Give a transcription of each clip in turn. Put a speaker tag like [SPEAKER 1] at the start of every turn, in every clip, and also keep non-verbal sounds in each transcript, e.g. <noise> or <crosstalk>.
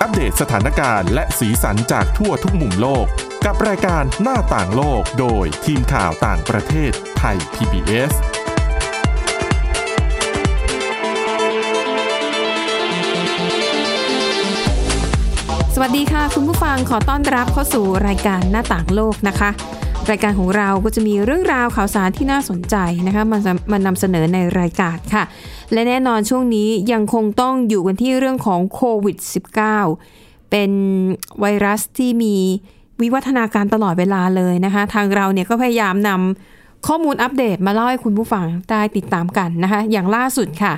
[SPEAKER 1] อัปเดตสถานการณ์และสีสันจากทั่วทุกมุมโลก กับรายการหน้าต่างโลกโดยทีมข่าวต่างประเทศไทย PBS
[SPEAKER 2] สวัสดีค่ะ คุณผู้ฟังขอต้อนรับเข้าสู่รายการหน้าต่างโลกนะคะ รายการของเราก็จะมีเรื่องราวข่าวสารที่น่าสนใจนะคะมามามานำเสนอในรายการค่ะ และแน่นอนช่วงนี้ยังคงต้องอยู่กันที่เรื่องของโควิด -19 เป็นไวรัสที่มีวิวัฒนาการตลอดเวลาเลยนะคะ ทางเราเนี่ยก็พยายามนำข้อมูลอัปเดตมาเล่าให้คุณผู้ฟังได้ติดตามกันนะคะ อย่างล่าสุดค่ะ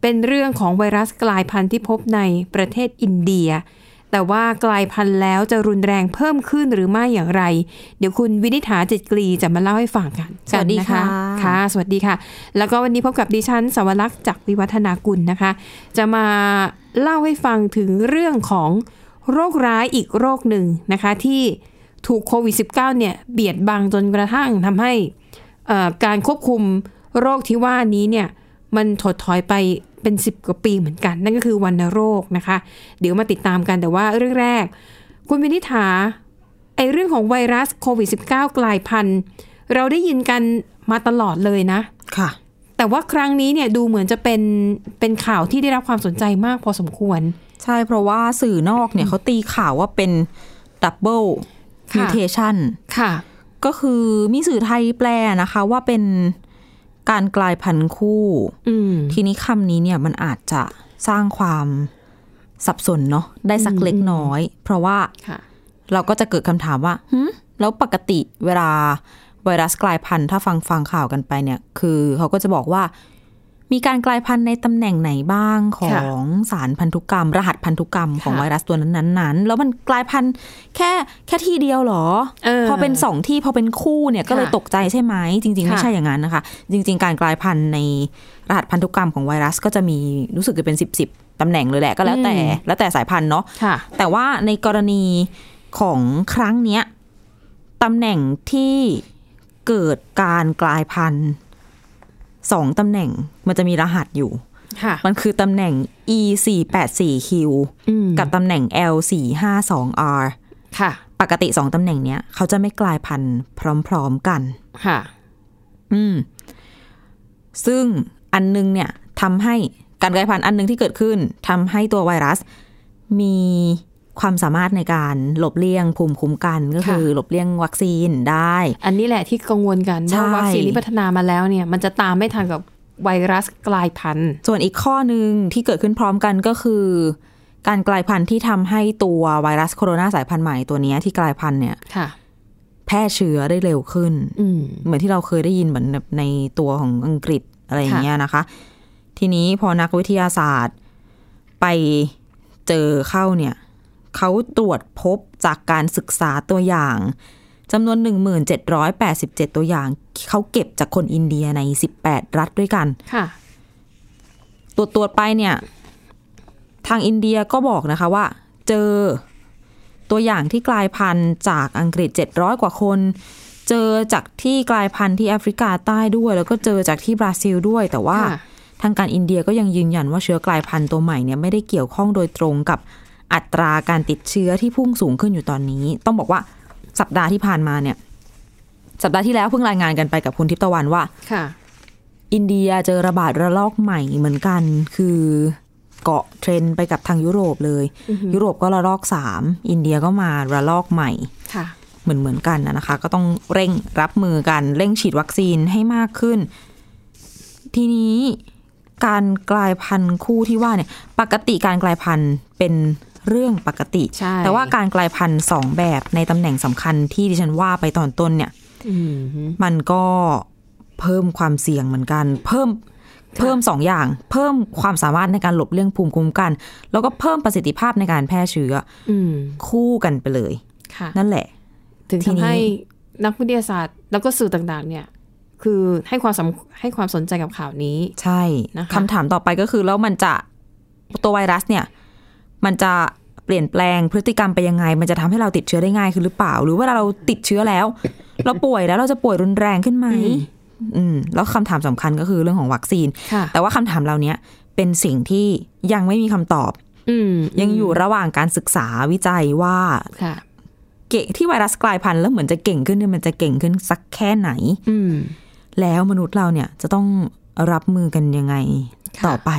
[SPEAKER 2] เป็นเรื่องของไวรัสกลายพันธุ์ที่พบในประเทศอินเดีย แต่ว่ากลายพันธุ์แล้วจะรุนแรงเพิ่มขึ้นหรือไม่อย่างไร เดี๋ยวคุณวินิษฐาจิตกรีจะมาเล่าให้ฟังกัน
[SPEAKER 3] สวัสดี
[SPEAKER 2] กันน
[SPEAKER 3] ค่ะ
[SPEAKER 2] ค่ะ สวัสดีค่ะ แล้วก็วันนี้พบกับดิฉันสวรักษ์จากวิวัฒนากุลนะคะ จะมาเล่าให้ฟังถึงเรื่องของโรคร้ายอีกโรคหนึ่งนะคะ ที่ถูกโควิด -19 เนี่ยเบียดบังจนกระทั่งทำให้ เอ่อการควบคุมโรคที่ว่านี้เนี่ยมันถดถอยไปเป็น 10 กว่าปีเหมือนกัน นั่นก็คือวันโรคนะคะ เดี๋ยวมาติดตามกันแต่ว่าเรื่องแรก คุณวินิษฐาไอเรื่องของไวรัสโควิด -19 กลายพันธุ์ เราได้ยินกันมาตลอดเลยนะ
[SPEAKER 3] ค่ะ
[SPEAKER 2] แต่ว่าครั้งนี้เนี่ยดูเหมือนจะเป็นเป็นข่าวที่ได้รับความสนใจมากพอสมควร
[SPEAKER 3] ใช่เพราะว่าสื่อนอกเนี่ยเขาตีข่าวว่าเป็นดับเบิล
[SPEAKER 2] ค่ะ
[SPEAKER 3] มิวเทชัน
[SPEAKER 2] ค่ะ
[SPEAKER 3] ก็คือมีสื่อไทยแปลนะคะว่าเป็นการกลายพันธุ์คู่
[SPEAKER 2] อืม
[SPEAKER 3] ทีนี้คำนี้เนี่ยมันอาจจะสร้างความสับสนเนาะได้สัก
[SPEAKER 2] อืม
[SPEAKER 3] เล็กน้อย เพราะว่า
[SPEAKER 2] ค่ะ
[SPEAKER 3] เราก็จะเกิดคำถามว่าหึแล้วปกติเวลาไวรัสกลายพันธุ์ถ้าฟังฟังข่าวกันไปเนี่ย คือเขาก็จะบอกว่า มีการกลายพันธุ์ในตำแหน่งไหนบ้างขอ
[SPEAKER 2] ค่ะ
[SPEAKER 3] งสารพันธุกรรม รหัสพันธุกรรมของ
[SPEAKER 2] ค่ะ
[SPEAKER 3] ไวรัสตัวนั้นๆ ๆ แล้วมันกลายพันธุ์แค่แค่ที่เดียวเหรอ พอเป็นสองที่พอเป็นคู่เนี่ยก็เลย
[SPEAKER 2] ค่ะ
[SPEAKER 3] ตกใจใช่ไหมจริง ๆ ไม่
[SPEAKER 2] ค่ะ
[SPEAKER 3] ใช่อย่างนั้นนะคะ จริง ๆ การกลายพันธุ์ในรหัสพันธุกรรมของไวรัสก็จะมีรู้สึกจะเป็น 10บสตำแหน่งเลยแหละก็แล้วแต่
[SPEAKER 2] อืม
[SPEAKER 3] แล้วแต่สายพันธุ์เนาะ
[SPEAKER 2] ค่ะ
[SPEAKER 3] แต่ว่าในกรณีของครั้งเนี้ยตำแหน่งที่เกิดการกลายพันธุ์สองตำแหน่งมันจะมีรหัสอยู่
[SPEAKER 2] ค่ะ
[SPEAKER 3] มันคือตำแหน่ง e 4 8 4 q
[SPEAKER 2] อืม
[SPEAKER 3] กับตำแหน่ง l 4 5 2 r
[SPEAKER 2] ค่ะ
[SPEAKER 3] ปกติสองตำแหน่งเนี้ยเขาจะไม่กลายพันธุ์พร้อม ๆกัน
[SPEAKER 2] ค่ะ
[SPEAKER 3] อืม ซึ่งอันนึงเนี่ยทำให้การกลายพันธุ์อันนึงที่เกิดขึ้นทำให้ตัวไวรัส มีความสามารถในการหลบเลี่ยงภูมิคุ้มกันก็คือ
[SPEAKER 2] ค่ะ
[SPEAKER 3] หลบเลี่ยงวัคซีนได้
[SPEAKER 2] อันนี้แหละที่กังวลกัน
[SPEAKER 3] ใช่
[SPEAKER 2] ว่าวัคซีนที่พัฒนามาแล้วเนี่ย มันจะตามไม่ทันกับไวรัสกลายพันธุ์
[SPEAKER 3] ส่วนอีกข้อหนึ่งที่เกิดขึ้นพร้อมกันก็คือ การกลายพันธุ์ที่ทำให้ตัวไวรัสโคโรนาสายพันธุ์ใหม่ตัวเนี้ยที่กลายพันธุ์เนี่ย
[SPEAKER 2] ค่ะ
[SPEAKER 3] แพร่เชื้อได้เร็วขึ้น
[SPEAKER 2] อืม
[SPEAKER 3] เหมือนที่เราเคยได้ยินเหมือนแบบในตัวของอังกฤษอะไรอย่างเงี้ยนะคะ ทีนี้พอนักวิทยาศาสตร์ไปเจอเข้าเนี่ยเขาตรวจพบจากการศึกษาตัวอย่างจำนวน 1,787 ตัวอย่าง เขาเก็บจากคนอินเดียใน 18 รัฐด้วยกัน
[SPEAKER 2] ค่ะ
[SPEAKER 3] ตรวจตรวจไปเนี่ย ทางอินเดียก็บอกนะคะว่า เจอตัวอย่างที่กลายพันธุ์จากอังกฤษ 700 กว่าคน เจอจากที่กลายพันธุ์ที่แอฟริกาใต้ด้วย แล้วก็เจอจากที่บราซิลด้วย แต่ว่า
[SPEAKER 2] ค่ะ
[SPEAKER 3] ทางการอินเดียก็ยังยืนยันว่าเชื้อกลายพันธุ์ตัวใหม่เนี่ยไม่ได้เกี่ยวข้องโดยตรงกับอัตราการติดเชื้อที่พุ่งสูงขึ้นอยู่ตอนนี้ ต้องบอกว่าสัปดาห์ที่ผ่านมาเนี่ย สัปดาห์ที่แล้วเพิ่งรายงานกันไปกับคุณทิพย์ตะวันว่า
[SPEAKER 2] ค่ะ
[SPEAKER 3] อินเดียเจอระบาดระลอกใหม่เหมือนกัน คือเกาะเทรนด์ไปกับทางยุโรปเลย ยุโรปก็ระลอกสามอินเดียก็มาระลอกใหม่
[SPEAKER 2] ค่ะ
[SPEAKER 3] เหมือนเหมือนกันนะนะคะ ก็ต้องเร่งรับมือกันเร่งฉีดวัคซีนให้มากขึ้น ทีนี้การกลายพันธุ์คู่ที่ว่าเนี่ย ปกติการกลายพันธุ์เป็นเรื่องปกติ
[SPEAKER 2] ใช่
[SPEAKER 3] แต่ว่าการกลายพันธุ์สองแบบในตำแหน่งสำคัญที่ดิฉันว่าไปตอนต้นเนี่ย
[SPEAKER 2] อืม
[SPEAKER 3] มันก็เพิ่มความเสี่ยงเหมือนกัน เพิ่มเพิ่มสองอย่าง เพิ่มความสามารถในการหลบเลี่ยงภูมิคุ้มกัน แล้วก็เพิ่มประสิทธิภาพในการแพร่เชื้อ
[SPEAKER 2] อืม
[SPEAKER 3] คู่กันไปเลย
[SPEAKER 2] ค่ะ
[SPEAKER 3] นั่นแหละ
[SPEAKER 2] ถึง
[SPEAKER 3] ทีนี้
[SPEAKER 2] ทำให้นักวิทยาศาสตร์ แล้วก็สื่อต่างๆ เนี่ย คือให้ความสำให้ความสนใจกับข่าวนี้
[SPEAKER 3] ใช่
[SPEAKER 2] นะคะ
[SPEAKER 3] คำถามต่อไปก็คือแล้วมันจะตัวไวรัสเนี่ย มันจะเปลี่ยนแปลงพฤติกรรมไปยังไง มันจะทำให้เราติดเชื้อได้ง่ายขึ้นหรือเปล่า หรือว่าเราติดเชื้อแล้ว เราป่วยแล้วเราจะป่วยรุนแรงขึ้นไหมอืมแล้วคำถามสำคัญก็คือเรื่องของวัคซีน
[SPEAKER 2] ค่ะ
[SPEAKER 3] แต่ว่าคำถามเหล่านี้เป็นสิ่งที่ยังไม่มีคำตอบ
[SPEAKER 2] อืม
[SPEAKER 3] ยังอยู่ระหว่างการศึกษาวิจัยว่า
[SPEAKER 2] ค่ะ
[SPEAKER 3] เก่งที่ไวรัสกลายพันธุ์แล้วเหมือนจะเก่งขึ้นเนี่ยมันจะเก่งขึ้นสักแค่ไหน
[SPEAKER 2] อืม
[SPEAKER 3] แล้วมนุษย์เราเนี่ยจะต้องรับมือกันยังไง
[SPEAKER 2] ค่ะ
[SPEAKER 3] ต่อไป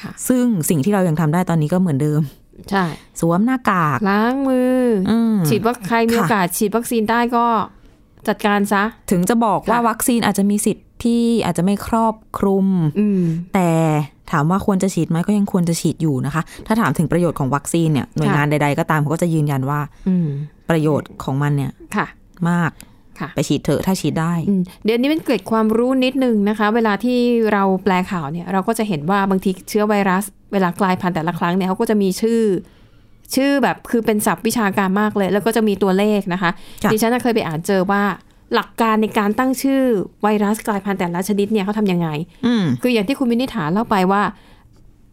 [SPEAKER 2] ค่ะ
[SPEAKER 3] ซึ่งสิ่งที่เรายังทำได้ตอนนี้ก็เหมือนเดิม
[SPEAKER 2] ใช่
[SPEAKER 3] สวมหน้ากาก
[SPEAKER 2] ล้างมืออ
[SPEAKER 3] อืม
[SPEAKER 2] ฉีดว่าใครมี
[SPEAKER 3] ค่ะ
[SPEAKER 2] โอกาสฉีดวัคซีนได้ก็จัดการซะ
[SPEAKER 3] ถึงจะบอกว่า
[SPEAKER 2] ค่ะ
[SPEAKER 3] วัคซีนอาจจะมีสิทธิ์ที่อาจจะไม่ครอบคลุม
[SPEAKER 2] อืม
[SPEAKER 3] แต่ถามว่าควรจะฉีดไหมก็ยังควรจะฉีดอยู่นะคะ ถ้าถามถึงประโยชน์ของวัคซีนเนี่ยหน่วย
[SPEAKER 2] ค่ะ
[SPEAKER 3] งานใด ๆ ก็ตามเขาก็จะยืนยันว่า
[SPEAKER 2] อืม
[SPEAKER 3] ประโยชน์ของมันเนี่ย
[SPEAKER 2] ค่ะ
[SPEAKER 3] มาก
[SPEAKER 2] ค่ะ
[SPEAKER 3] ไปฉีดเถอะถ้าฉีดได้
[SPEAKER 2] อืมเดี๋ยวนี้เป็นเกร็ดความรู้นิดนึงนะคะ เวลาที่เราแปลข่าวเนี่ย เราก็จะเห็นว่าบางทีเชื้อไวรัส เวลากลายพันธุ์แต่ละครั้งเนี่ยเขาก็จะมีชื่อ ชื่อแบบคือเป็นศัพท์วิชาการมากเลย แล้วก็จะมีตัวเลขนะคะ
[SPEAKER 3] จ้ะ
[SPEAKER 2] ดิฉันน่ะเคยไปอ่านเจอว่า หลักการในการตั้งชื่อไวรัสกลายพันธุ์แต่ละชนิดเนี่ยเขาทำยังไง
[SPEAKER 3] อืม
[SPEAKER 2] คืออย่างที่คุณวินิษฐาเล่าไปว่า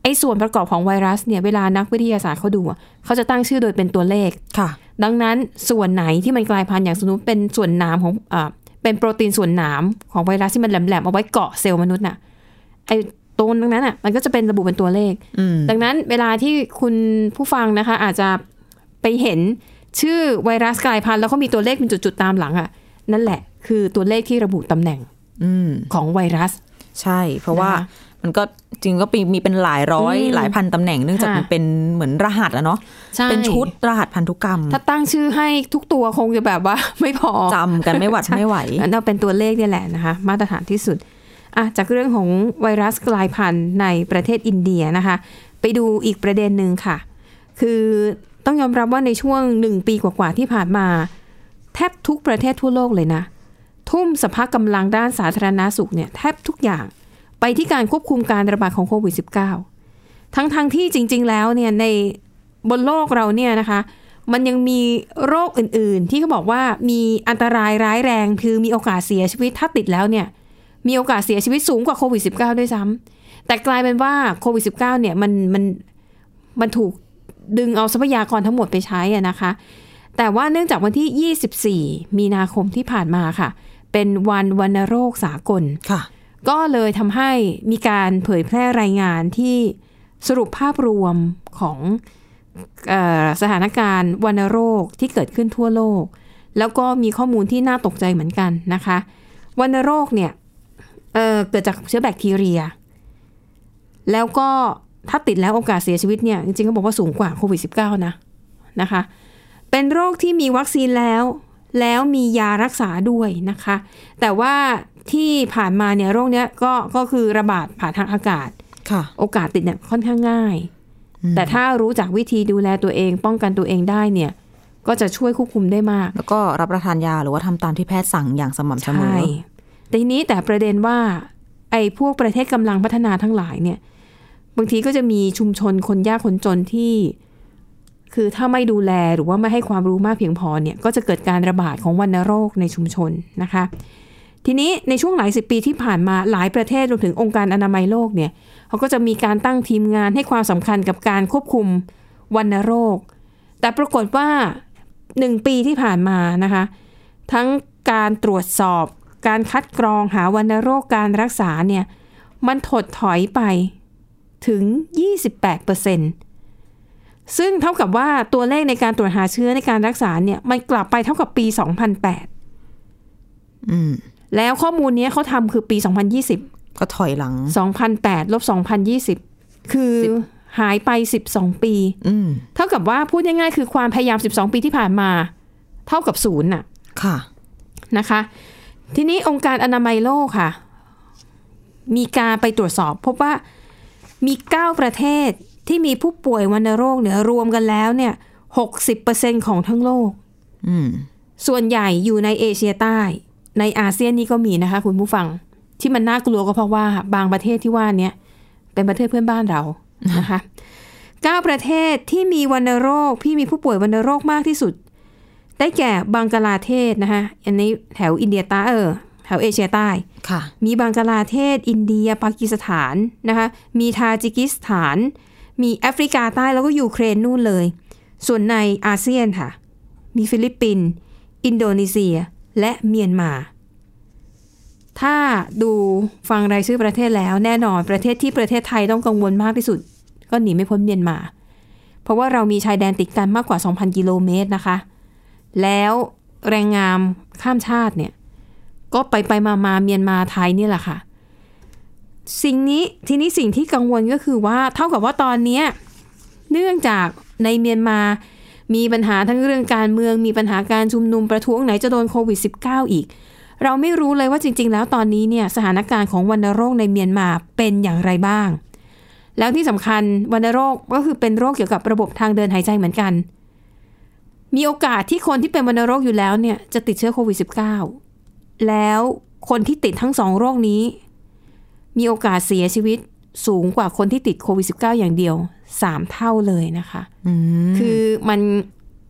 [SPEAKER 2] ไอ้ส่วนประกอบของไวรัสเนี่ยเวลานักวิทยาศาสตร์เขาดูอะเขาจะตั้งชื่อโดยเป็นตัวเลข
[SPEAKER 3] ค่ะ
[SPEAKER 2] ดังนั้นส่วนไหนที่มันกลายพันธุ์อย่างสมมติเป็นส่วนหนามของเอ่อเป็นโปรตีนส่วนหนามของไวรัสที่มันแหลมๆเอาไว้เกาะเซลล์มนุษย์น่ะไอ้ตรงนั้นน่ะมันก็จะเป็นระบุเป็นตัวเลข
[SPEAKER 3] อืม
[SPEAKER 2] ดังนั้นเวลาที่คุณผู้ฟังนะคะ อาจจะไปเห็นชื่อไวรัสกลายพันธุ์แล้วเขามีตัวเลขเป็นจุดๆตามหลังอ่ะนั่นแหละคือตัวเลขที่ระบุตำแหน่ง
[SPEAKER 3] อืม
[SPEAKER 2] ของไวรัส
[SPEAKER 3] ใช่เพราะว่า
[SPEAKER 2] นะคะ
[SPEAKER 3] มันก็จริงก็ปีมีเป็นหลายร้อย
[SPEAKER 2] อืม
[SPEAKER 3] หลายพันตำแหน่งเนื่องจาก
[SPEAKER 2] ค่ะ
[SPEAKER 3] มันเป็นเหมือนรหัสอะเนาะเป็นชุดรหัสพันธุกรรม
[SPEAKER 2] ถ้าตั้งชื่อให้ทุกตัวคงจะแบบว่า ไม่พอ
[SPEAKER 3] จำกันไม่
[SPEAKER 2] <laughs>
[SPEAKER 3] หวัด
[SPEAKER 2] ใช่
[SPEAKER 3] ไม่ไหว
[SPEAKER 2] อันนั้นเป็นตัวเลขเนี่ยแหละนะคะ มาตรฐานที่สุดอ่ะจากเรื่องของไวรัสกลายพันธุ์ในประเทศอินเดียนะคะ ไปดูอีกประเด็นหนึ่งค่ะ คือต้องยอมรับว่าในช่วงหนึ่งปีกว่าๆที่ผ่านมา แทบทุกประเทศทั่วโลกเลยนะ ทุ่มสภากำลังด้านสาธารณาสุขเนี่ยแทบทุกอย่างไปที่การควบคุมการระบาดของโควิด -19 ทั้งๆทที่จริง ๆ แล้วเนี่ยในบนโลกเราเนี่ยนะคะ มันยังมีโรคอื่นๆ ที่เขาบอกว่ามีอันตรายร้ายแรง คือมีโอกาสเสียชีวิตถ้าติดแล้วเนี่ย มีโอกาสเสียชีวิตสูงกว่าโควิด -19 ด้วยซ้ำแต่กลายเป็นว่าโควิด -19 เนี่ยมันมันมันถูกดึงเอาทรัพยากรทั้งหมดไปใช้อะนะคะ แต่ว่าเนื่องจากวันที่ 24 มีนาคมที่ผ่านมาค่ะ เป็นวันวันโรคสากล
[SPEAKER 3] ค่ะ
[SPEAKER 2] ก็เลยทำให้มีการเผยแพร่รายงานที่สรุปภาพรวมของเออสถานการณ์วัณโรคที่เกิดขึ้นทั่วโลก แล้วก็มีข้อมูลที่น่าตกใจเหมือนกันนะคะวัณโรคเนี่ยเอ่อเกิดจากเชื้อแบคทีเรีย แล้วก็ถ้าติดแล้วโอกาสเสียชีวิตเนี่ยจริงๆเขาบอกว่าสูงกว่าโควิด -19 นะนะคะ เป็นโรคที่มีวัคซีนแล้ว แล้วมียารักษาด้วยนะคะ แต่ว่าที่ผ่านมาเนี่ยโรคเนี้ยก็ก็คือระบาดผ่านทางอากาศ
[SPEAKER 3] ค่ะ
[SPEAKER 2] โอกาสติดเนี่ยค่อนข้างง่าย
[SPEAKER 3] อืม
[SPEAKER 2] แต่ถ้ารู้จักวิธีดูแลตัวเอง ป้องกันตัวเองได้เนี่ย ก็จะช่วยควบคุมได้มาก
[SPEAKER 3] แล้วก็รับประทานยาหรือว่าทำตามที่แพทย์สั่งอย่างสม่ำเสมอ
[SPEAKER 2] ใช่แต่ทีนี้แต่ประเด็นว่า ไอ้พวกประเทศกำลังพัฒนาทั้งหลายเนี่ย บางทีก็จะมีชุมชนคนยากคนจนที่ คือถ้าไม่ดูแลหรือว่าไม่ให้ความรู้มากเพียงพอเนี่ย ก็จะเกิดการระบาดของวัณโรคในชุมชนนะคะ ทีนี้ในช่วงหลายสิบปีที่ผ่านมาหลายประเทศรวมถึงองค์การอนามัยโลกเนี่ยเขาก็จะมีการตั้งทีมงานให้ความสำคัญกับการควบคุมวัณโรค แต่ปรากฏว่าหนึ่งปีที่ผ่านมานะคะ ทั้งการตรวจสอบการคัดกรองหาวัณโรคการรักษาเนี่ย มันถดถอยไปถึง 28%ซึ่งเท่ากับว่าตัวเลขในการตรวจหาเชื้อในการรักษาเนี่ย มันกลับไปเท่ากับปี 2008
[SPEAKER 3] อืม
[SPEAKER 2] แล้วข้อมูลเนี้ยเขาทำคือปี 2020
[SPEAKER 3] ก็ถอยหลัง
[SPEAKER 2] 2008ลบ2020 คือหายไป 12 ปี
[SPEAKER 3] อืม
[SPEAKER 2] เท่ากับว่าพูดง่ายๆคือความพยายาม 12 ปีที่ผ่านมา เท่ากับศูนย์น่ะ
[SPEAKER 3] ค่ะ
[SPEAKER 2] นะคะ ทีนี้องค์การอนามัยโลกค่ะ มีการไปตรวจสอบ พบว่ามี 9 ประเทศที่มีผู้ป่วยวัณโรคเนี่ยรวมกันแล้วเนี่ย60%ของทั้งโลก
[SPEAKER 3] อืม
[SPEAKER 2] ส่วนใหญ่อยู่ในเอเชียใต้ ในอาเซียนนี่ก็มีนะคะ คุณผู้ฟัง ที่มันน่ากลัวก็เพราะว่าบางประเทศที่ว่าเนี้ยเป็นประเทศเพื่อนบ้านเรานะคะ 9 ประเทศที่มีวัณโรคที่มีผู้ป่วยวัณโรคมากที่สุด ได้แก่บังกลาเทศนะคะ อันนี้แถวอินเดียใต้เออแถวเอเชียใต้
[SPEAKER 3] ค่ะ
[SPEAKER 2] มีบังกลาเทศ อินเดีย ปากีสถานนะคะ มีทาจิกิสถาน มีแอฟริกาใต้แล้วก็ยูเครนนู่นเลย ส่วนในอาเซียนค่ะ มีฟิลิปปินส์ อินโดนีเซีย และเมียนมา ถ้าดูฟังรายชื่อประเทศแล้วแน่นอนประเทศที่ประเทศไทยต้องกังวลมากที่สุด ก็หนีไม่พ้นเมียนมา ราะว่าเรามีชายแดนติดกันมากกว่า 2,000 กิโลเมตรนะคะ แล้วแรงงามข้ามชาติเนี่ย ก็ไปไปมามาเมียนมาไทยนี่แหละค่ะ สิ่งนี้ทีนี้สิ่งที่กังวลก็คือว่าเท่ากับว่าตอนเนี้ยเนื่องจากในเมียนมา มีปัญหาทั้งเรื่องการเมือง มีปัญหาการชุมนุมประท้วงไหนจะโดนโควิด -19 อีก เราไม่รู้เลยว่าจริง ๆ แล้วตอนนี้เนี่ยสถานการณ์ของวัณโรคในเมียนมาเป็นอย่างไรบ้าง แล้วที่สำคัญวัณโรคก็คือเป็นโรคเกี่ยวกับระบบทางเดินหายใจเหมือนกัน มีโอกาสที่คนที่เป็นวัณโรคอยู่แล้วเนี่ยจะติดเชื้อโควิด -19 แล้วคนที่ติดทั้งสองโรคนี้ มีโอกาสเสียชีวิตสูงกว่าคนที่ติดโควิด -19 อย่างเดียวสามเท่าเลยนะคะ
[SPEAKER 3] อืม
[SPEAKER 2] คือมัน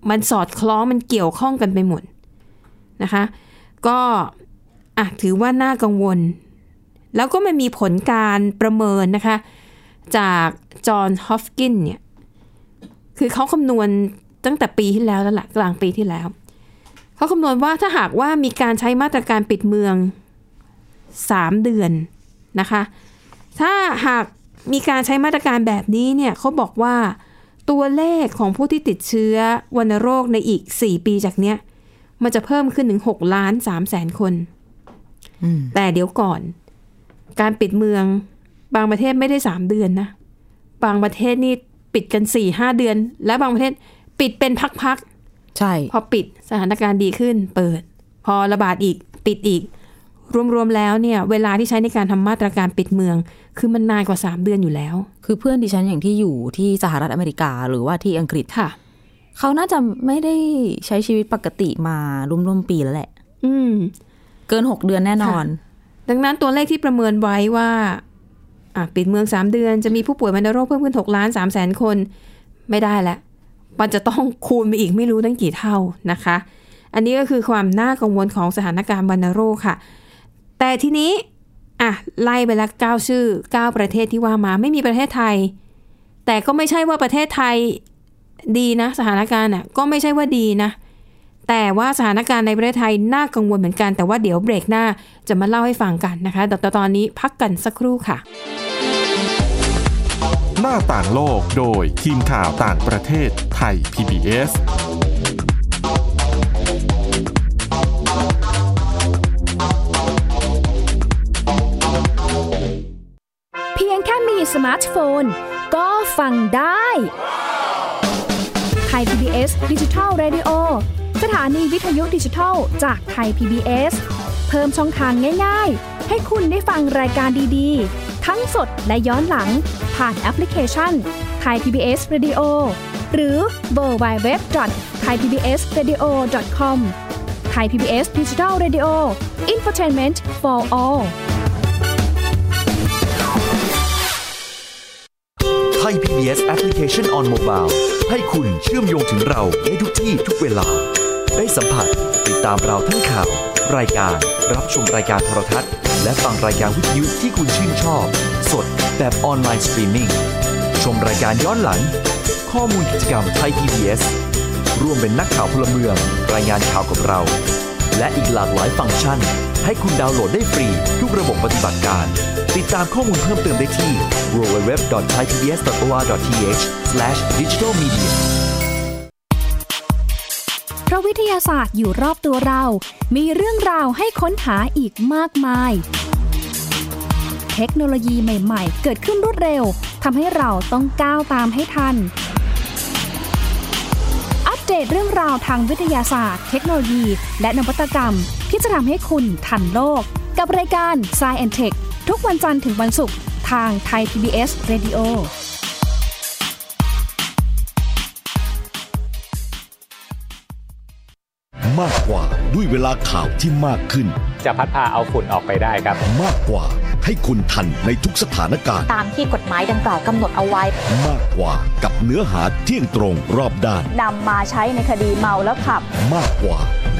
[SPEAKER 2] มันสอดคล้องมันเกี่ยวข้องกันไปหมดนะคะ ก็อ่ะถือว่าน่ากังวล แล้วก็มันมีผลการประเมินนะคะ จากจอห์นฮอฟกินเนี่ย คือเขาคำนวณตั้งแต่ปีที่แล้วแล้วละ่ะกลางปีที่แล้ว เขาคำนวณว่าถ้าหากว่ามีการใช้มาตรการปิดเมือง 3 เดือนนะคะ ถ้าหากมีการใช้มาตรการแบบนี้เนี่ยเขาบอกว่า ตัวเลขของผู้ที่ติดเชื้อวัณโรคในอีก 4 ปีจากเนี้ย มันจะเพิ่มขึ้นถึง 6 ล้าน3แสนคน
[SPEAKER 3] อืม
[SPEAKER 2] แต่เดี๋ยวก่อน การปิดเมือง บางประเทศไม่ได้ 3 เดือนนะ บางประเทศนี่ปิดกัน 4 5 เดือน และบางประเทศปิดเป็นพักๆ
[SPEAKER 3] ใช่
[SPEAKER 2] พอปิดสถานการณ์ดีขึ้นเปิด พอระบาดอีกปิดอีก รวมๆแล้วเนี่ย เวลาที่ใช้ในการทำมาตรการปิดเมือง คือมันนานกว่า 3 เดือนอยู่แล้ว
[SPEAKER 3] คือเพื่อนดิฉันอย่างที่อยู่ที่สหรัฐอเมริกาหรือว่าที่อังกฤษ
[SPEAKER 2] ค่ะ
[SPEAKER 3] เขาน่าจะไม่ได้ใช้ชีวิตปกติมาร่วมๆปีแล้วแหละ
[SPEAKER 2] อืม
[SPEAKER 3] เกินหกเดือนแน่นอน
[SPEAKER 2] ดังนั้นตัวเลขที่ประเมินไว้ว่าอ่ะปิดเมือง 3 เดือนจะมีผู้ป่วยวัณโรคเพิ่มขึ้น6ล้าน3แสนคนไม่ได้แล้วมันจะต้องคูณไปอีกไม่รู้ตั้งกี่เท่านะคะ อันนี้ก็คือความน่ากังวลของสถานการณ์วัณโรคค่ะ แต่ทีนี้อ่ะไล่ไปละ9ชื่อ 9 ประเทศที่ว่ามาไม่มีประเทศไทย แต่ก็ไม่ใช่ว่าประเทศไทยดีนะ สถานการณ์อ่ะก็ไม่ใช่ว่าดีนะ แต่ว่าสถานการณ์ในประเทศไทยน่ากังวลเหมือนกัน แต่ว่าเดี๋ยวเบรกหน้าจะมาเล่าให้ฟังกันนะคะแต่แต่ตอนนี้พักกันสักครู่ค่ะ
[SPEAKER 1] หน้าต่างโลกโดยทีมข่าวต่างประเทศไทย PBS
[SPEAKER 4] เพียงแค่มีสมาร์ทโฟน ก็ฟังได้ไทย PBS ดิจิทัล Radio สถานีวิทยุดิจิทัลจากไทย PBS เพิ่มช่องทางง่าย ๆ ให้คุณได้ฟังรายการดีๆ ทั้งสดและย้อนหลัง ผ่านแอปพลิเคชันไทย PBS Radio หรือเวอร์บายเว็บไทยพีบีเอสเรดิโอคอมไทยพีบีเอสดิจิทัลเรดิโออินฟอร์ทนเมนต์ for all
[SPEAKER 5] ไทย PBS Application on Mobile ให้คุณเชื่อมโยงถึงเราได้ทุกที่ทุกเวลา ได้สัมผัสติดตามเราทั้งข่าว รายการรับชมรายการโทรทัศน์ และฟังรายการวิทยุที่คุณชื่นชอบ สดแบบออนไลน์สตรีมมิ่งชมรายการย้อนหลัง ข้อมูลกิจกรรมไทย PBS ร่วมเป็นนักข่าวพลเมือง รายงานข่าวกับเรา และอีกหลากหลายฟังก์ชัน ให้คุณดาวน์โหลดได้ฟรี ทุกระบบปฏิบัติการ ติดตามข้อมูลเพิ่มเติมได้ที่ www.thaipbs.or.th/digitalmedia
[SPEAKER 4] เพราะวิทยาศาสตร์อยู่รอบตัวเรา มีเรื่องราวให้ค้นหาอีกมากมาย เทคโนโลยีใหม่ๆ เกิดขึ้นรวดเร็ว ทำให้เราต้องก้าวตามให้ทัน อัปเดตเรื่องราวทางวิทยาศาสตร์ เทคโนโลยี และนวัตกรรม ที่จะทำให้คุณทันโลก กับรายการ s c i e n t e c h ทุกวันจันทร์ถึงวันศุกร์ ทางไทย PBS Radio
[SPEAKER 6] มากกว่าด้วยเวลาข่าวที่มากขึ้น
[SPEAKER 7] จะพัดพาเอาฝุ่นออกไปได้ครับ
[SPEAKER 6] มากกว่าให้คุณทันในทุกสถานการณ์
[SPEAKER 8] ตามที่กฎหมายดังกล่าวกำหนดเอาไว้
[SPEAKER 6] มากกว่ากับเนื้อหาเที่ยงตรงรอบด้าน
[SPEAKER 8] นำมาใช้ในคดีเมาแล้วขับ
[SPEAKER 6] มากกว่าใ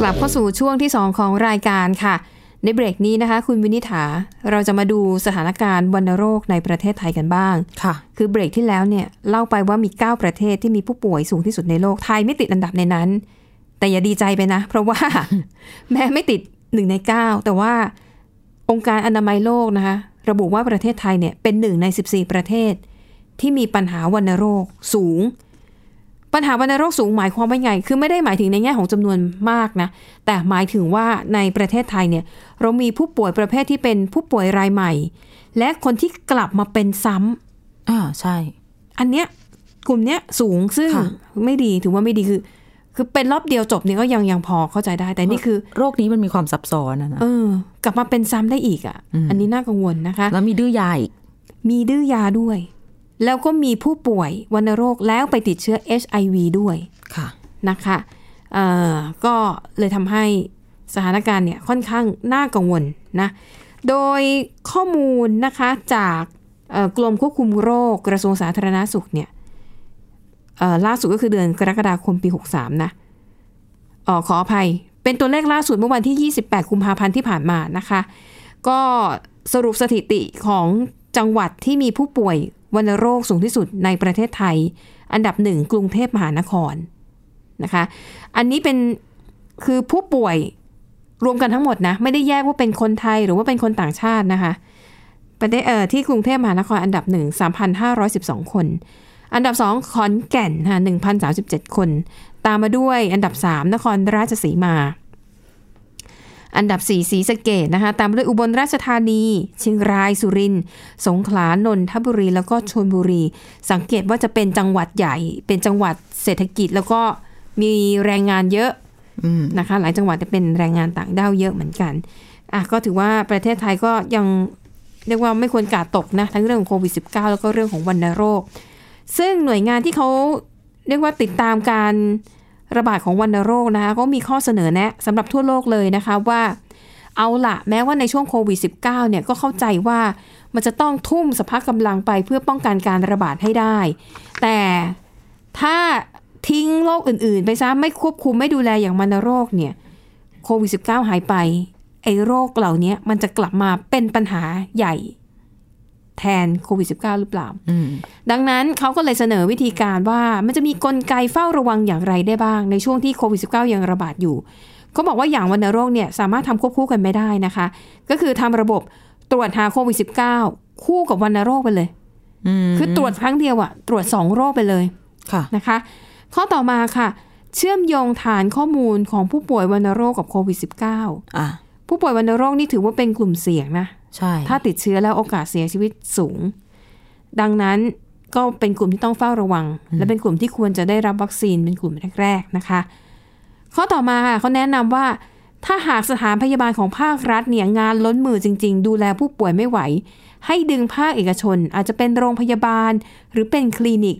[SPEAKER 2] กลับเข้าสู่ช่วงที่ 2 ของรายการค่ะ ในเบรกนี้นะคะ คุณวินิ t าเราจะมาดูสถานการณ์วัณโรคในประเทศไทยกันบ้าง
[SPEAKER 3] ค่ะ
[SPEAKER 2] คือเบรกที่แล้วเนี่ยเล่าไปว่ามี 9 ประเทศที่มีผู้ป่วยสูงที่สุดในโลกไทยไม่ติดอันดับในนั้น แต่อย่าดีใจไปนะ เพราะ <laughs> ว่า แม้ไม่ติด 1 ใน 9 แต่ว่าองค์การอนามัยโลกนะคะ ระบุว่าประเทศไทยเนี่ยเป็นหนึ่งใน 14 ประเทศ ที่มีปัญหาวัณโรคสูง ปัญหาวัณโรคสูงหมายความว่าไง คือไม่ได้หมายถึงในแง่ของจำนวนมากนะ แต่หมายถึงว่าในประเทศไทยเนี่ยเรามีผู้ป่วยประเภทที่เป็นผู้ป่วยรายใหม่ และคนที่กลับมาเป็นซ้ำ
[SPEAKER 3] อ่าใช่
[SPEAKER 2] อันเนี้ยกลุ่มเนี้ยสูงซึ่ง
[SPEAKER 3] ค่ะ
[SPEAKER 2] ไม่ดีถือว่าไม่ดีคือ คือเป็นรอบเดียวจบเนี่ยก็ยังยังพอเข้าใจได้ แต่นี่คือ
[SPEAKER 3] โรคนี้มันมีความซับซ้อนอะนะ
[SPEAKER 2] เออ กลับมาเป็นซ้ำได้อีกอ่ะ อันนี้น่ากังวลนะคะ
[SPEAKER 3] แล้วมีดื้อยาอีก
[SPEAKER 2] มีดื้อยาด้วย แล้วก็มีผู้ป่วยวัณโรคแล้วไปติดเชื้อ HIV ด้วย
[SPEAKER 3] ค่ะ
[SPEAKER 2] นะคะเอ่อก็เลยทำให้สถานการณ์เนี่ยค่อนข้างน่ากังวลนะ โดยข้อมูลนะคะจากเอ่อกรมควบคุมโรคกระทรวงสาธารณาสุขเนี่ยเอ่อล่าสุดก็คือเดือนกรกฎาคมปี 63 นะเออขออภัย เป็นตัวเลขล่าสุดเมื่อวันที่ 28 กุมภาพันธ์ที่ผ่านมานะคะ ก็สรุปสถิติของจังหวัดที่มีผู้ป่วยวัณโรคสูงที่สุดในประเทศไทย อันดับหนึ่งกรุงเทพมหานครนะคะ อันนี้เป็นคือผู้ป่วย รวมกันทั้งหมดนะไม่ได้แยกว่าเป็นคนไทยหรือว่าเป็นคนต่างชาตินะคะประเทศเอ่อที่กรุงเทพมหานครอันดับหนึ่ง3,512 คน อันดับสองขอนแก่นค่ะ1,037 คน ตามมาด้วยอันดับสามนครราชสีมา อันดับสี่ศรีสะเกดนะคะตามมาด้วยอุบลราชธานี เชียงรายสุรินทร์สงขลานนทบุรีแล้วก็ชลบุรี สังเกตว่าจะเป็นจังหวัดใหญ่ เป็นจังหวัดเศรษฐกิจแล้วก็มีแรงงานเยอะ นะคะหลายจังหวัดจะเป็นแรงงานต่างด้าวเยอะเหมือนกันอ่ะก็ถือว่าประเทศไทยก็ยังเรียกว่าไม่ควรกาดตกนะ ทั้งเรื่องของโควิด -19 แล้วก็เรื่องของวัณโรค ซึ่งหน่วยงานที่เขาเรียกว่าติดตามการระบาดของวัณโรคนะคะก็มีข้อเสนอแนะสำหรับทั่วโลกเลยนะคะว่า เอาละแม้ว่าในช่วงโควิด -19 เนี่ยก็เข้าใจว่ามันจะต้องทุ่มสภาพกำลังไปเพื่อป้องกันการระบาดให้ได้ แต่ถ้าทิ้งโรคอื่นๆ ไปซะไม่ควบคุมไม่ดูแลอย่างมันโรคเนี่ยโควิด -19 หายไป ไอ้โรคเหล่านี้มันจะกลับมาเป็นปัญหาใหญ่แทนโควิด -19 หรือเปล่า
[SPEAKER 3] อืม
[SPEAKER 2] ดังนั้นเขาก็เลยเสนอวิธีการว่ามันจะมีกลไกเฝ้าระวังอย่างไรได้บ้าง ในช่วงที่โควิด -19 ยังระบาดอยู่เขาบอกว่าอย่างวัณโรคเนี่ยสามารถทำควบคู่กันไม่ได้นะคะ ก็คือทำระบบตรวจหาโควิด -19 คู่กับวัณโรคไปเลย
[SPEAKER 3] อืม
[SPEAKER 2] คือตรวจครั้งเดียวอะตรวจสองโรคไปเลย
[SPEAKER 3] ค่ะ
[SPEAKER 2] นะคะข้อต่อมาค่ะ เชื่อมโยงฐานข้อมูลของผู้ป่วยวัณโรคกับโควิด -19
[SPEAKER 3] อ่ะ
[SPEAKER 2] ผู้ป่วยวัณโรคนี่ถือว่าเป็นกลุ่มเสี่ยงนะ
[SPEAKER 3] ใช่
[SPEAKER 2] ถ้าติดเชื้อแล้วโอกาสเสียชีวิตสูง ดังนั้นก็เป็นกลุ่มที่ต้องเฝ้าระวัง และเป็นกลุ่มที่ควรจะได้รับวัคซีนเป็นกลุ่มแรกๆนะคะ ข้อต่อมาค่ะเขาแนะนำว่า ถ้าหากสถานพยาบาลของภาครัฐเนี่ยงานล้นมือจริง ๆ ดูแลผู้ป่วยไม่ไหว ให้ดึงภาคเอกชน อาจจะเป็นโรงพยาบาลหรือเป็นคลินิก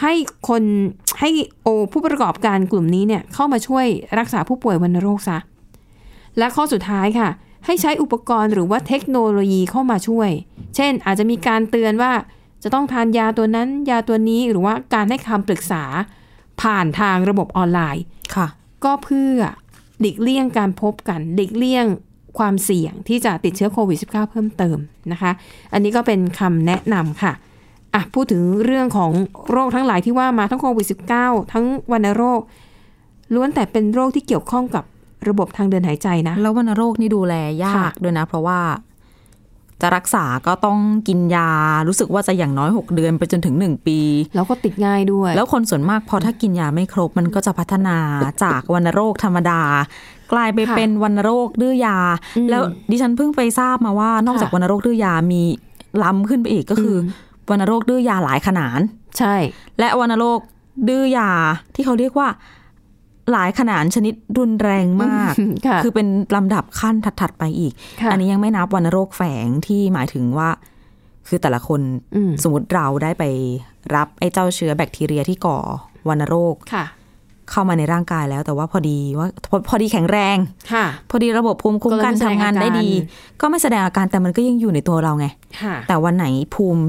[SPEAKER 2] ให้คนให้โอผู้ประกอบการกลุ่มนี้เนี่ยเข้ามาช่วยรักษาผู้ป่วยวัณโรคซะ และข้อสุดท้ายค่ะ ให้ใช้อุปกรณ์หรือว่าเทคโนโลยีเข้ามาช่วย เช่น อาจจะมีการเตือนว่าจะต้องทานยาตัวนั้น ยาตัวนี้หรือว่าการให้คำปรึกษา ผ่านทางระบบออนไลน์
[SPEAKER 3] ค่ะ
[SPEAKER 2] ก็เพื่อหลีกเลี่ยงการพบกันหลีกเลี่ยงความเสี่ยงที่จะติดเชื้อโควิด -19 เพิ่มเติมนะคะ อันนี้ก็เป็นคำแนะนำค่ะอ่ะ พูดถึงเรื่องของโรคทั้งหลายที่ว่ามาทั้งโควิด -19 ทั้งวัณโรค ล้วนแต่เป็นโรคที่เกี่ยวข้องกับระบบทางเดินหายใจนะ
[SPEAKER 3] แล้ววัณโรคนี่ดูแลยาก
[SPEAKER 2] ค่ะ
[SPEAKER 3] ด้วยนะ เพราะว่าจะรักษาก็ต้องกินยา รู้สึกว่าจะอย่างน้อย 6 เดือนไปจนถึง 1 ปี
[SPEAKER 2] แล้วก็ติดง่ายด้วย
[SPEAKER 3] แล้วคนส่วนมากพอถ้ากินยาไม่ครบ มันก็จะพัฒนาจากวัณโรคธรรมดา กลายไป
[SPEAKER 2] ค่ะ
[SPEAKER 3] เป็นวัณโรคดื้อยา
[SPEAKER 2] อืม
[SPEAKER 3] แล้วดิฉันเพิ่งไปทราบมาว่านอกจาก
[SPEAKER 2] ค่ะ
[SPEAKER 3] วัณโรคดื้อยามีล้ำขึ้นไปอีกก็คืออวัณโรคดื้อยาหลายขนาน
[SPEAKER 2] ใช่
[SPEAKER 3] และวัณโรคดื้อยาที่เขาเรียกว่าหลายขนานชนิดรุนแรงมาก
[SPEAKER 2] อืมค่ะ
[SPEAKER 3] อเป็นลำดับขั้นถัด ๆ ไปอีก
[SPEAKER 2] ค่ะ
[SPEAKER 3] อันี้ยังไม่นับวัณโรคแฝงที่หมายถึงว่า คือแต่ละคน
[SPEAKER 2] อืม
[SPEAKER 3] สมมติเราได้ไปรับไอ้เจ้าเชื้อแบคทีเรียที่ก่อวัณโรค
[SPEAKER 2] ค่ะ
[SPEAKER 3] เข้ามาในร่างกายแล้ว แต่ว่าพอดีว่าพอพอดีแข็งแรง
[SPEAKER 2] ค่ะ
[SPEAKER 3] พอดีระบบภูมิคุ้มกัน
[SPEAKER 2] ก็เลยไม่แสดง
[SPEAKER 3] ทำงาน
[SPEAKER 2] อา
[SPEAKER 3] ได้
[SPEAKER 2] การ
[SPEAKER 3] ดี ก็ไม่แสดงอาการแต่มันก็ยังอยู่ในตัวเราไง
[SPEAKER 2] ค่ะ
[SPEAKER 3] แต่วันไหนภูมิ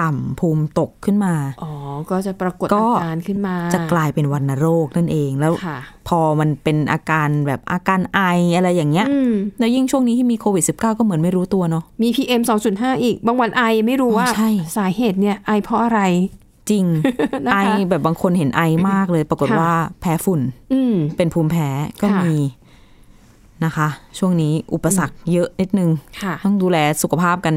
[SPEAKER 3] ต่ำภูมิตกขึ้นมา
[SPEAKER 2] อ๋อก็จะปรากฏ
[SPEAKER 3] ก็
[SPEAKER 2] อาการขึ้นมา
[SPEAKER 3] จะกลายเป็นวันโรคนั่นเองแล้ว
[SPEAKER 2] ค่ะ
[SPEAKER 3] พอมันเป็นอาการแบบอาการไออะไรอย่างเงี้ย
[SPEAKER 2] อืม
[SPEAKER 3] แล้วยิ่งช่วงนี้ที่มีโควิด -19 ก็เหมือนไม่รู้ตัวเนาะ
[SPEAKER 2] มี PM 2.5 อีก บางวันไอไม่รู้
[SPEAKER 3] อ๋อ
[SPEAKER 2] ว่า
[SPEAKER 3] ใช่
[SPEAKER 2] สาเหตุเนี่ยไอเพราะอะไร
[SPEAKER 3] จริง
[SPEAKER 2] <laughs> นะคะ
[SPEAKER 3] ไอแบบบางคนเห็นไอมากเลย ปรากฏ
[SPEAKER 2] ค่ะ
[SPEAKER 3] ว่าแพ้ฝุ่น
[SPEAKER 2] อืม
[SPEAKER 3] เป็นภูมิแพ้ก็
[SPEAKER 2] ค่ะ
[SPEAKER 3] มีนะคะ ช่วงนี้อุปสรรคเยอะนิดนึง
[SPEAKER 2] ค่ะ
[SPEAKER 3] ต้องดูแลสุขภาพกัน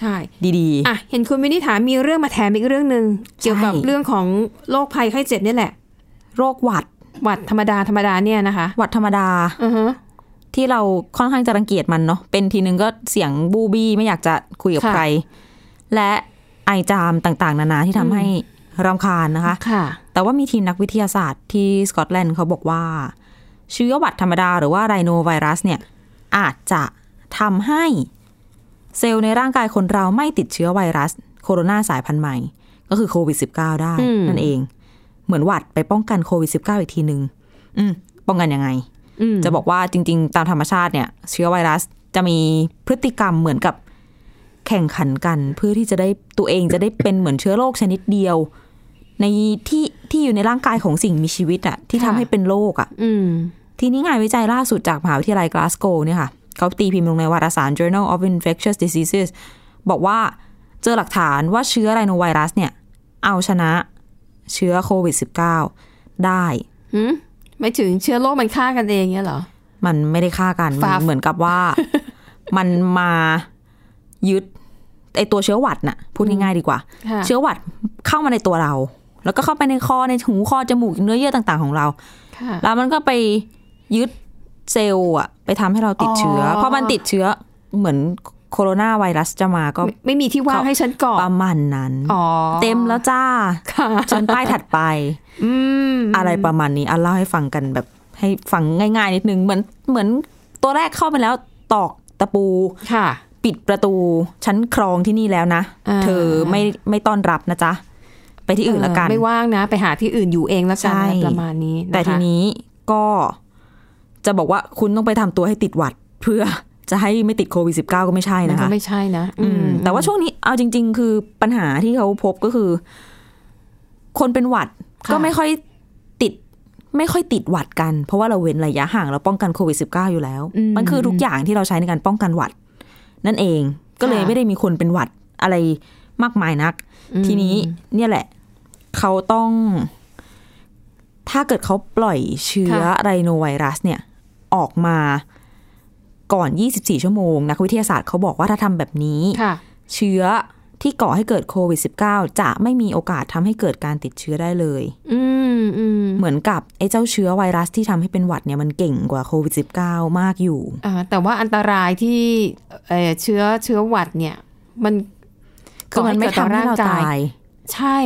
[SPEAKER 2] ใช่
[SPEAKER 3] ดี
[SPEAKER 2] อ่ะเห็นคุณวินิษฐามีเรื่องมาแถมอีกเรื่องหนึ่งเกี่ยวกับเรื่องของโรคภัยไข้เจ็บเนี่ยแหละ
[SPEAKER 3] ๆ โรคหวัด
[SPEAKER 2] หวัดธรรมดาธรรมดาเนี่ยนะคะ
[SPEAKER 3] หวัดธรรมดา
[SPEAKER 2] อือฮะ
[SPEAKER 3] ที่เราค่อนข้างจะรังเกียจมันเนาะเป็นทีนึงก็เสียงบูบี้ไม่อยากจะคุยกับ
[SPEAKER 2] ค่ะ
[SPEAKER 3] ใคร และไอจามต่างๆ นานาที่ทำให้รำคาญนะคะ
[SPEAKER 2] ค่ะ
[SPEAKER 3] แต่ว่ามีทีมนักวิทยาศาสตร์ที่สกอตแลนด์เขาบอกว่า เชื้อหวัดธรรมดาหรือว่าไรโนไวรัสเนี่ย อาจจะทำให้เซลล์ในร่างกายคนเราไม่ติดเชื้อไวรัส โคโรนาสายพันธุ์ใหม่ ก็คือโควิด -19 ได้
[SPEAKER 2] อืม
[SPEAKER 3] นั่นเอง เหมือนหวัดไปป้องกันโควิด -19 อีกทีหนึง่งอืม ป้องกันยังไง
[SPEAKER 2] อืม
[SPEAKER 3] จะบอกว่าจริง ๆ ตามธรรมชาติเนี่ย เชื้อไวรัสจะมีพฤติกรรมเหมือนกับแข่งขันกันเพื่อที่จะได้ตัวเองจะได้เป็นเหมือนเชื้อโรคชนิดเดียว ในที่ที่อยู่ในร่างกายของสิ่งมีชีวิตอะที่ทำให้เป็นโรคอะ
[SPEAKER 2] อืม
[SPEAKER 3] ทีนี้งานวิจัยล่าสุดจากมหาวิทยาลัยกลาสโกเนี่ยค่ะเขาตีพิมพ์ลงในวารสาร Journal of Infectious Diseases บอกว่าเจอหลักฐานว่าเชื้อไรโนไวรัสเนี่ย เอาชนะเชื้อโควิด -19 ได้
[SPEAKER 2] หืมไม่ถึงเชื้อโรคมันฆ่ากันเองเนี่ยเหรอ
[SPEAKER 3] มันไม่ได้ฆ่ากัน
[SPEAKER 2] ฟา
[SPEAKER 3] มั
[SPEAKER 2] ฟ
[SPEAKER 3] นเหมือนกับ <laughs> ว่า มันมายึดไอตัวเชื้อหวัดน่ะพูดง่ายๆดีกว่า
[SPEAKER 2] ค่ะ
[SPEAKER 3] เชื้อหวัดเข้ามาในตัวเรา แล้วก็เข้าไปในคอในหูคอจมูกเนื้อเยื่อต่าง ๆ ของเรา
[SPEAKER 2] ค่ะ
[SPEAKER 3] แล้วมันก็ไปยึดเซลล์อะไปทำให้เราติดเชื้ออ
[SPEAKER 2] อ
[SPEAKER 3] เพราะมันติดเชื้อเหมือนโคโรนาไวรัสจะมาก็
[SPEAKER 2] ไม่ไม่มีที่ว่างให้ฉันก่อน
[SPEAKER 3] ประมาณนั้น
[SPEAKER 2] อ๋อ
[SPEAKER 3] เต็มแล้วจ้า
[SPEAKER 2] ค่ะ
[SPEAKER 3] ชั้นป้ายถัดไป
[SPEAKER 2] อืม
[SPEAKER 3] อะไรประมาณนี้อ่ะเล่าให้ฟังกันแบบให้ฟังง่ายๆนิดนึงเหมือนเหมือนตัวแรกเข้าไปแล้วตอกตะปู
[SPEAKER 2] ค่ะ
[SPEAKER 3] ปิดประตูชั้นครองที่นี่แล้วนะ
[SPEAKER 2] อ่า
[SPEAKER 3] เธอไม่ไม่ต้อนรับนะจ๊ะ ไปที่อื่นละกัน
[SPEAKER 2] เไม่ว่างนะ ไปหาที่อื่นอยู่เองแล้วกัน
[SPEAKER 3] ใช่
[SPEAKER 2] อะไรประมาณนี้นะคะ
[SPEAKER 3] แต่ทีนี้ก็จะบอกว่าคุณต้องไปทำตัวให้ติดหวัด เพื่อจะให้ไม่ติดโควิด -19 ก็ไม่ใช่
[SPEAKER 2] มัน
[SPEAKER 3] นะ
[SPEAKER 2] ก็
[SPEAKER 3] คะ
[SPEAKER 2] ไม่ใช่นะ
[SPEAKER 3] อืมแต่ว่า
[SPEAKER 2] อื
[SPEAKER 3] ช่วงนี้เอาจริง ๆ คือปัญหาที่เขาพบก็คือ คนเป็นหวัด
[SPEAKER 2] ค่ะ
[SPEAKER 3] ก็ไม่ค่อยติด ไม่ค่อยติดหวัดกัน เพราะว่าเราเว้นระยะห่างเราป้องกันโควิด -19 อยู่แล้ว มันคือทุกอย่างที่เราใช้ในการป้องกันหวัด นั่นเองก็เลยไม่ได้มีคนเป็นหวัดอะไรมากมายนัก
[SPEAKER 2] อืม
[SPEAKER 3] ทีนี้เนี่ยแหละ เขาต้อง ถ้าเกิดเขาปล่อยเชื้อ
[SPEAKER 2] ค่ะ
[SPEAKER 3] ไรโนไวรัสเนี่ย ออกมาก่อน 24 ชั่วโมง นักวิทยาศาสตร์เขาบอกว่าถ้าทำแบบนี้
[SPEAKER 2] ค่ะ
[SPEAKER 3] เชื้อที่ก่อให้เกิดโควิด -19 จะไม่มีโอกาสทำให้เกิดการติดเชื้อได้เลย
[SPEAKER 2] อืมอืม
[SPEAKER 3] เหมือนกับไอ้เจ้าเชื้อไวรัสที่ทำให้เป็นหวัดเนี่ยมันเก่งกว่าโควิด -19 มากอยู่
[SPEAKER 2] อ่าแต่ว่าอันตรายที่เอ่อเชื้อเชื้อหวัดเนี่ย มัน
[SPEAKER 3] คือมันไม่
[SPEAKER 2] ก่อ
[SPEAKER 3] ทำให้
[SPEAKER 2] กิด
[SPEAKER 3] เรา
[SPEAKER 2] ต่อง
[SPEAKER 3] ตาย
[SPEAKER 2] ใช่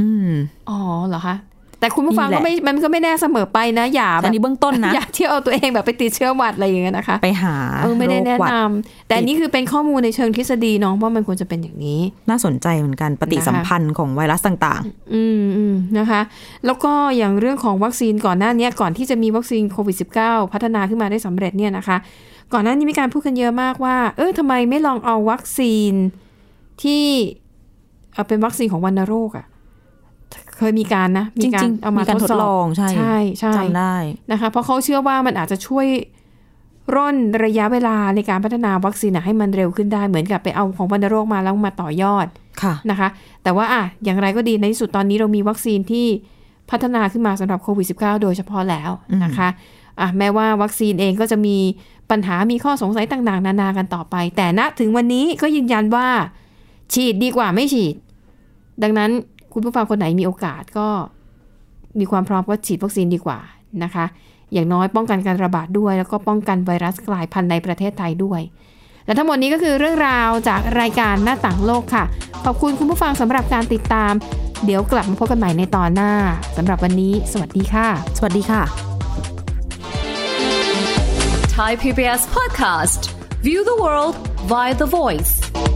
[SPEAKER 3] อืม
[SPEAKER 2] อ๋อเหรอคะแต่คุณผู้ฟัง
[SPEAKER 3] นี่แห
[SPEAKER 2] ก็
[SPEAKER 3] ละ
[SPEAKER 2] ไม่มันก็ไม่แน่เสมอไปนะ อย่า
[SPEAKER 3] อันนี้
[SPEAKER 2] แบบ
[SPEAKER 3] เบื้องต้นนะ
[SPEAKER 2] อย่าเที่ยวเอาตัวเองแบบไปติดเชื้อหวัดอะไรอย่างเงี้ยนะคะ
[SPEAKER 3] ไปหา
[SPEAKER 2] เออไม่ได้แนะ
[SPEAKER 3] โรคหวัด
[SPEAKER 2] นำแต่อันนี้คือเป็นข้อมูลในเชิงทฤษฎีเน้องว่ามันควรจะเป็นอย่างนี้
[SPEAKER 3] น่าสนใจเหมือนกันปฏิสัมพันธ์ของไวรัสต่าง
[SPEAKER 2] อืมอืมนะคะ แล้วก็อย่างเรื่องของวัคซีนก่อนหน้าเนี้ยก่อนที่จะมีวัคซีนโควิด -19 พัฒนาขึ้นมาได้สำเร็จเนี่ยนะคะ ก่อนหน้านี้มีการพูดกันเยอะมากว่า เออทำไมไม่ลองเอาวัคซีนที่เอ่อเป็นวัคซีนของวัณโรคอะ่ะเคยมีการนะ
[SPEAKER 3] จริงๆ
[SPEAKER 2] เอามา
[SPEAKER 3] การทด
[SPEAKER 2] สบ
[SPEAKER 3] ลองใช่
[SPEAKER 2] ใช่ใช่
[SPEAKER 3] ๆจำได้
[SPEAKER 2] นะคะเพราะเขาเชื่อว่ามันอาจจะช่วยร่นระยะเวลาในการพัฒนาวัคซีนน่ะให้มันเร็วขึ้นได้เหมือนกับไปเอาของวัณโรคมาแล้วมาต่อยอด
[SPEAKER 3] ค่ะ
[SPEAKER 2] นะคะ แต่ว่าอ่ะอย่างไรก็ดีในที่สุดตอนนี้เรามีวัคซีนที่พัฒนาขึ้นมาสำหรับโควิด -19 โดยเฉพาะแล้วนะคะอ่ะแม้ว่าวัคซีนเองก็จะมีปัญหามีข้อสงสัยต่างๆ นานากันต่อไป แต่ณถึงวันนี้ก็ยืนยันว่า ฉีดดีกว่าไม่ฉีด ดังนั้นคุณผู้ฟังคนไหนมีโอกาสก็มีความพร้อมก็ฉีดวัคซีนดีกว่านะคะ อย่างน้อยป้องกันการระบาดด้วย แล้วก็ป้องกันไวรัสกลายพันธุ์ในประเทศไทยด้วย และทั้งหมดนี้ก็คือเรื่องราวจากรายการหน้าต่างโลกค่ะ ขอบคุณคุณผู้ฟังสำหรับการติดตาม เดี๋ยวกลับมาพบกันใหม่ในตอนหน้าสำหรับวันนี้ สวัสดีค่ะ
[SPEAKER 3] สวัสดีค่ะ
[SPEAKER 9] Thai PBS podcast. View the world via the voice.